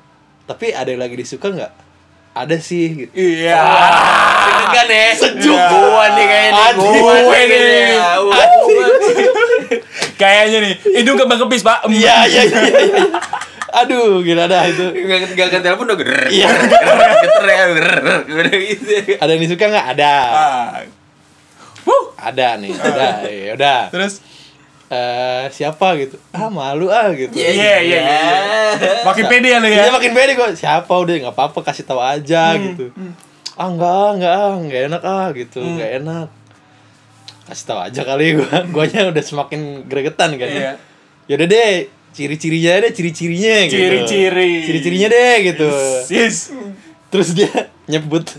tapi ada yang lagi disuka nggak ada sih gitu.
Iya.
Deg-degan ya.
Sejuk.
Gua nih kayaknya.
Aduh,
Gua
ini.
kayaknya. Wah,
Kayaknya nih, hidung kebang-kebis, Pak.
iya iya iya iya. aduh gila dah itu
Gak gak ke telepon udah gerer.
Iya.
Geter ya, gerer. Udah gitu.
ada yang disuka nggak ada
Ah. Wuh.
ada nih ada ya udah
Terus
Eh, siapa gitu ah malu ah gitu
Iya, iya, iya. makin pede ya lu
Iya
ya.
makin pede gue siapa udah nggak apa-apa kasih tahu aja
Hmm,
gitu ah enggak enggak ah, enggak enak ah gitu
Hmm.
enggak enak kasih tahu aja kali gue guanya udah semakin gregetan kan
Iya.
yaudah deh ciri-cirinya deh ciri-cirinya gitu
Ciri-ciri. Iya.
ciri-cirinya deh gitu
Sis.
terus dia nyebut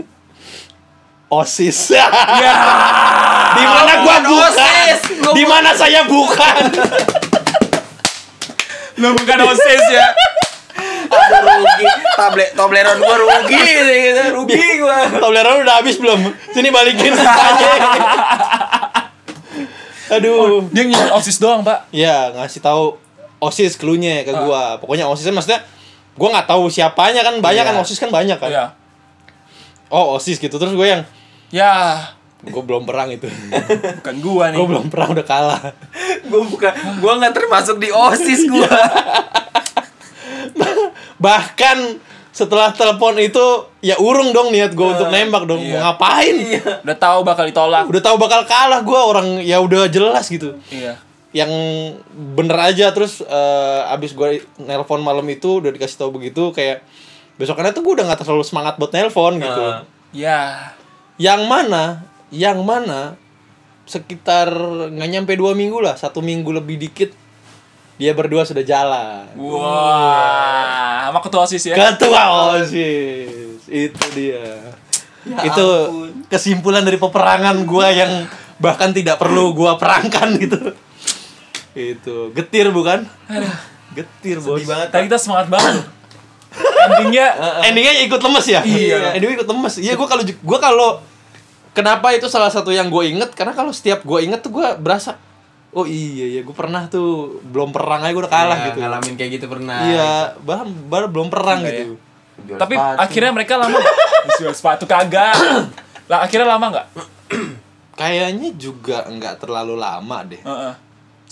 osis [laughs]
Ya.
di mana gua
bukan
bukan
OSIS. Ah, Gua
di mana [laughs] saya bukan
Lu bukan osis ya.
Aduh, rugi. Tablet Toblerone gua rugi nih, gitu. Rugi gua.
Toblerone udah habis belum? Sini
[laughs]
balikin [laughs] aja. Aduh.
Dia ngirim osis doang, Pak.
Ya, ngasih tahu OSIS cluenya
Ah.
ke gua. Pokoknya OSISnya maksudnya gua nggak tahu siapanya kan banyak kan
Iya.
OSIS kan banyak kan.
Ya.
Oh, OSIS gitu. Terus gua yang
Ya,
gua belum perang
[laughs]
itu.
bukan gua nih.
gua belum perang udah kalah. [laughs]
Gua bukan gua nggak termasuk di OSIS gua.
Bahkan setelah telepon itu ya urung dong niat
Ah,
gua untuk nembak dong.
iya.
Mau ngapain?
Udah tahu bakal ditolak.
Udah tahu bakal kalah gua orang ya udah jelas gitu.
Iya.
yang bener aja terus eh, abis gue nelpon malam itu udah dikasih tahu begitu kayak besokannya tuh gue udah nggak terlalu semangat buat nelpon gitu
Ya.
yang mana yang mana sekitar nggak nyampe dua minggu lah satu minggu lebih dikit dia berdua sudah jalan
Wah, sama ketua OSIS ya.
ketua osis itu dia
Ya
itu kesimpulan dari peperangan gue yang bahkan tidak perlu gue perangkan gitu itu getir bukan getir bos
Sedih banget.
Tadi kita semangat banget. loh. Endingnya
endingnya Eh, ikut lemes ya [laughs]
Iya.
endingnya ikut lemes iya gue kalau gue kalau kenapa itu salah satu yang gue inget karena kalau setiap gue inget tuh gue berasa oh iya ya gue pernah tuh belum perang aja gue udah kalah
Ya,
gitu
Ngalamin kayak gitu pernah.
iya bahkan bahkan belum perang
Iya,
gitu
Jual
tapi
sepatu.
akhirnya mereka lama nggak? Jual sepatu kagak. Lah akhirnya lama nggak?
kayaknya juga nggak terlalu lama deh
Heeh.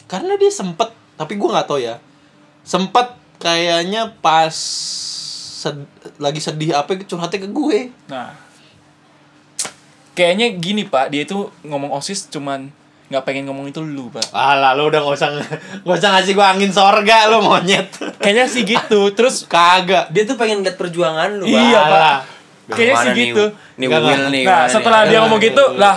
karena dia sempet tapi gue nggak tahu ya sempet kayaknya pas sed- lagi sedih apa curhatnya ke gue
Nah. Kayaknya gini, Pak. Dia itu ngomong OSIS cuman nggak pengen ngomong itu lu, Pak.
Alah lu udah gak usah gak usah ngasih gua angin sorga lu monyet.
Kayaknya sih gitu.
[laughs]
Terus
Kagak.
dia tuh pengen lihat perjuangan lu,
Iya, Pak.
Alah.
kayaknya sih gitu.
Nih
Nggak,
Will
nggak.
nih.
Nah,
gimana
setelah
nih?
dia ngomong gitu, lah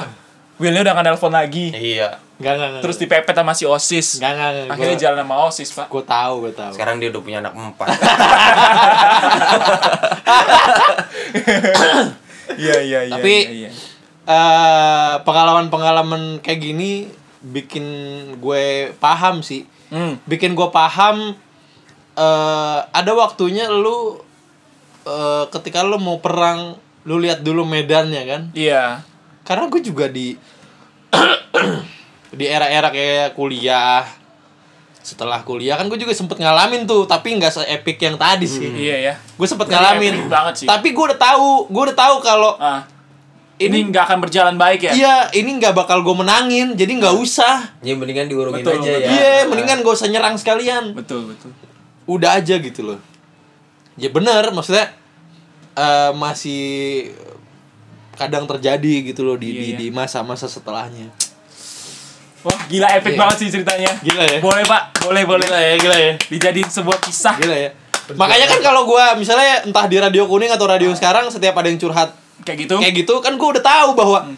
Willnya udah nggak nelpon lagi.
Iya.
Enggak enggak.
Terus dipepet sama si OSIS.
enggak enggak.
Akhirnya jalan sama OSIS, Pak.
Gua tahu, gua tahu.
Sekarang dia udah punya anak
[laughs]
empat.
Iya, iya,
Tapi- Eh, pengalaman-pengalaman kayak gini bikin gue paham sih.
Hmm.
Bikin gue paham eh ada waktunya lu eh, ketika lu mau perang lu lihat dulu medannya kan.
Iya.
karena gue juga di [coughs] di era-era kayak kuliah setelah kuliah kan gue juga sempet ngalamin tuh tapi nggak se epic yang tadi sih
Iya ya.
gue sempet
Tapi
ngalamin
epic banget sih.
tapi gue udah tahu gue udah tahu kalau
Ah.
Ini-
Ini nggak akan berjalan baik ya?
iya ini nggak bakal gue menangin jadi nggak
Iya.
usah
Jadi Ya, mendingan diurungin
Betul,
aja ya.
iya mendingan gak usah nyerang sekalian
Betul, betul.
udah aja gitu loh ya bener maksudnya eh, masih kadang terjadi gitu loh di
Iya,
di-
iya.
di masa-masa setelahnya
Wah, gila epic
Iya.
banget sih ceritanya.
Gila ya.
Boleh, Pak. Boleh, boleh.
ya gila ya
Dijadiin sebuah kisah.
Gila ya. Makanya kan kalau gua misalnya entah di radio kuning atau radio
Ah.
sekarang setiap ada yang curhat
Kayak gitu.
kayak gitu kan gua udah tahu bahwa
Hmm.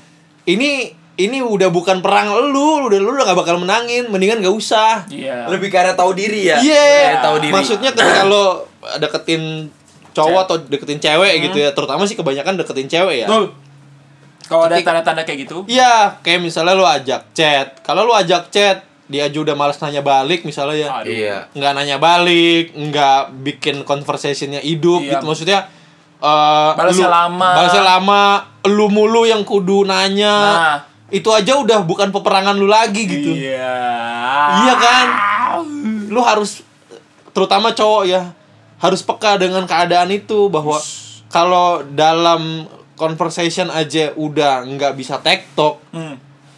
ini ini udah bukan perang lu, udah lu udah gak bakal menangin, mendingan gak usah.
Iya.
Lebih karena tahu diri ya.
Iya.
Kayak tahu diri.
Maksudnya ketika lo deketin cowok atau deketin cewek gitu ya, terutama sih kebanyakan deketin cewek ya.
Hmm. Betul. Kalau ada
Ketik-
tanda-tanda kayak gitu,
Iya, kayak misalnya lo ajak chat. Kalau lo ajak chat, dia aja udah malas nanya balik misalnya ya.
Aduh.
Iya.
nggak nanya balik, nggak bikin conversationnya hidup
Iya.
gitu maksudnya. eh,
Balasnya
lu-
lama.
balasnya lama, lu mulu yang kudu nanya.
Nah.
Itu aja udah bukan peperangan lu lagi gitu.
Iya.
Iya kan? Lu harus terutama cowok ya, harus peka dengan keadaan itu bahwa kalau dalam conversation aja udah nggak bisa tektok,
Hmm.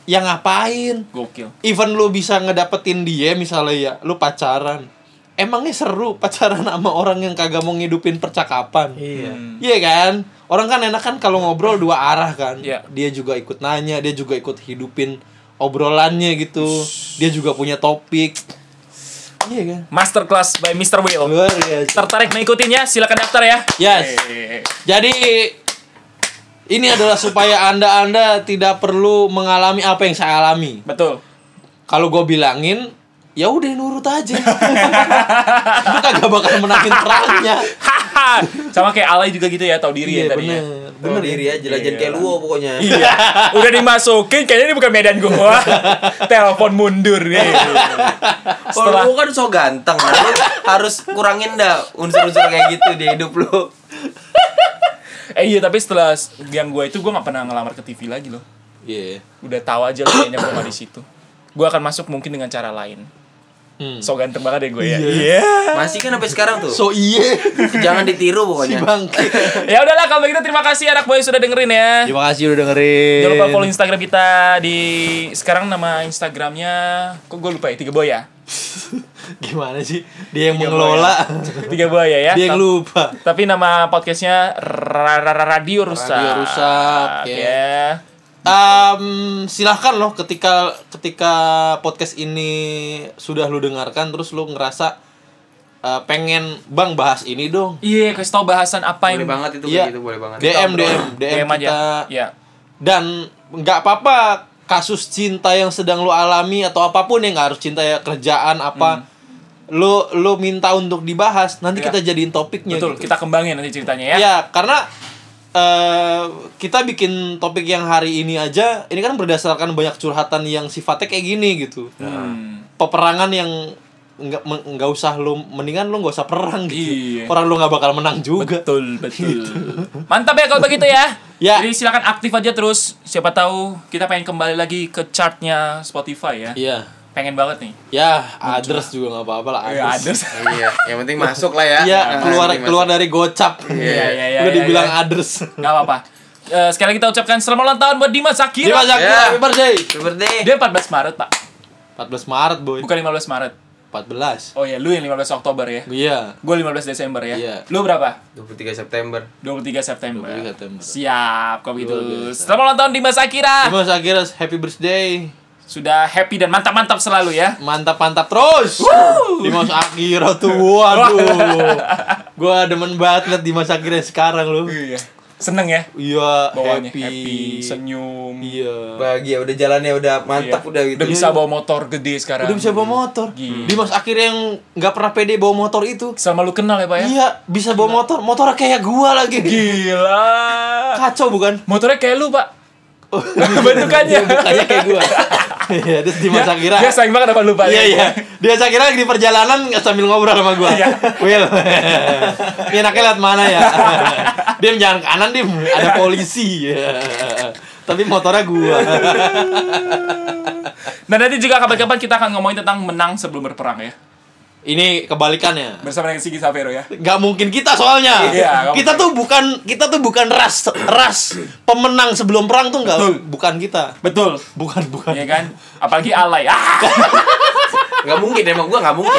ya ngapain?
Gokil.
even lu bisa ngedapetin dia misalnya ya lu pacaran emangnya seru pacaran sama orang yang kagak mau ngidupin percakapan iya kan orang kan enak kan kalau ngobrol dua arah kan
Iya.
dia juga ikut nanya dia juga ikut hidupin obrolannya gitu dia juga punya topik iya kan
Masterclass by Mr. Will.
luar biasa
Tertarik mengikutinya? Silakan daftar ya.
yes jadi ini adalah supaya anda-anda tidak perlu mengalami apa yang saya alami
Betul.
kalau gue bilangin [laughs] ya udah nurut aja lu kagak bakal menangin perangnya
Haha. lah. Sama kayak alay juga gitu ya, tahu diri ya tadi.
Iya,
ya.
bener.
Bener diri ya, jelajan kayak lu pokoknya.
Iya. Udah dimasukin kayaknya ini bukan medan gua. Telepon mundur nih.
Kalau
Setelah
lu kan so ganteng, lu harus kurangin dah unsur-unsur kayak gitu di hidup lu.
eh iya tapi setelah yang gua itu gua nggak pernah ngelamar ke TV lagi loh.
Iya.
Udah tahu aja lah kayaknya gua nggak di situ. Gua akan masuk mungkin dengan cara lain.
Hmm.
So ganteng banget ya gue ya. Iya.
Masih kan sampai sekarang tuh.
So iye
Jangan ditiru
si
pokoknya.
bangke.
Ya udahlah kalau begitu terima kasih anak boy sudah dengerin ya.
Terima kasih udah dengerin.
Jangan lupa follow Instagram kita di sekarang nama Instagramnya kok gue lupa ya tiga boya
Gimana sih? Dia yang mengelola.
tiga boya ya.
Dia yang
Ta-
lupa.
Tapi nama podcastnya Ra- Ra- Ra- Radio Rusak.
Radio Rusak, ya.
ya.
Um, silahkan loh ketika ketika podcast ini sudah lu dengarkan terus lu ngerasa uh, pengen bang bahas ini dong
Iya, kasih tau bahasan apa
Boleh
yang
banget itu
Iya.
kayak gitu, boleh banget.
DM DM DM,
DM
kita
aja. Iya.
dan nggak apa-apa kasus cinta yang sedang lu alami atau apapun yang nggak harus cinta ya kerjaan apa lu lu minta untuk dibahas nanti
Hmm. Iya.
kita jadiin topiknya
Betul,
gitu.
kita kembangin nanti ceritanya ya.
ya, karena eh kita bikin topik yang hari ini aja ini kan berdasarkan banyak curhatan yang sifatnya kayak gini gitu
Hmm.
peperangan yang nggak men- nggak usah lu mendingan lu nggak usah perang gitu
Iya.
orang lu nggak bakal menang juga
Betul, betul. [laughs] Mantap ya kalau begitu ya.
Ya.
Jadi silakan aktif aja terus. Siapa tahu kita pengen kembali lagi ke chartnya Spotify ya.
iya
Pengen banget nih.
ya others juga nggak apa-apa lah
Ya,
others.
others.
Iya, yang penting masuk lah ya.
Iya,
Yang
keluar
penting
keluar
masuk.
dari gocap.
nah, Iya, iya, iya,
Udah
iya,
dibilang
iya.
others.
Gak apa-apa. Eh, sekali lagi kita ucapkan selamat ulang tahun buat Dimas Sakira.
Dimas Zaki,
Iya.
happy birthday.
Happy birthday.
Dia 14 Maret, Pak.
14 Maret, boy.
Bukan 15 Maret.
14.
Oh iya, lu yang 15 Oktober ya.
Iya.
Gue 15 Desember ya.
Iya.
Lu berapa?
23 September.
23
23
September.
Iya, September.
Siap, kalau begitu.
Luar biasa.
Selamat ulang tahun Dimas Akira.
Dimas Zaki, happy birthday.
Sudah happy dan mantap-mantap selalu ya.
Mantap-mantap terus. Dimas Akira tuh waduh. Gua demen banget liat Dimas Akira sekarang lu.
Iya. Seneng ya
Iya,
bawaannya
happy.
happy, senyum.
Iya.
Bahagia udah jalannya udah mantap
Iya.
udah gitu.
Udah bisa bawa motor gede sekarang.
Udah bisa bawa motor.
Gila.
Dimas Akira yang nggak pernah pede bawa motor itu.
Selama lu kenal ya, Pak ya?
Iya, bisa bawa motor. Motor kayak gua lagi.
Gila.
Kacau bukan?
[laughs] Motornya kayak lu, Pak.
Iya.
[laughs] Bentukannya. Ya,
Kayaknya kayak gue Iya, terus Dimas Akira
[laughs] Dia sayang banget sama lu, Pak.
Iya,
ya?
iya Dia Akira lagi di perjalanan sambil ngobrol sama gue
Iya.
Will Ini anaknya liat mana ya Dim, jangan kanan Dim Ada polisi Iya. Tapi motornya gue
Nah, nanti juga kapan-kapan kita akan ngomongin tentang menang sebelum berperang ya.
Ini kebalikannya
Bersama dengan Sigi Savero ya.
Gak mungkin kita soalnya
Iya, nggak
Kita tuh bukan Kita tuh bukan ras Ras Pemenang sebelum perang tuh nggak
Betul.
Bukan kita
Betul.
Bukan, bukan
Iya kan? Apalagi alay. Ah!
Gak mungkin emang gua gak mungkin.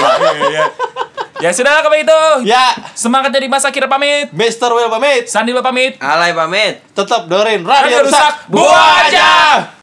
Ya sudah kalau begitu.
Ya
Semangat jadi masa kira pamit.
Mr. Will pamit
Sandi lu pamit.
Alay pamit.
Tetap dengerin Radio
Radio Rusak,
Rusak
buah aja!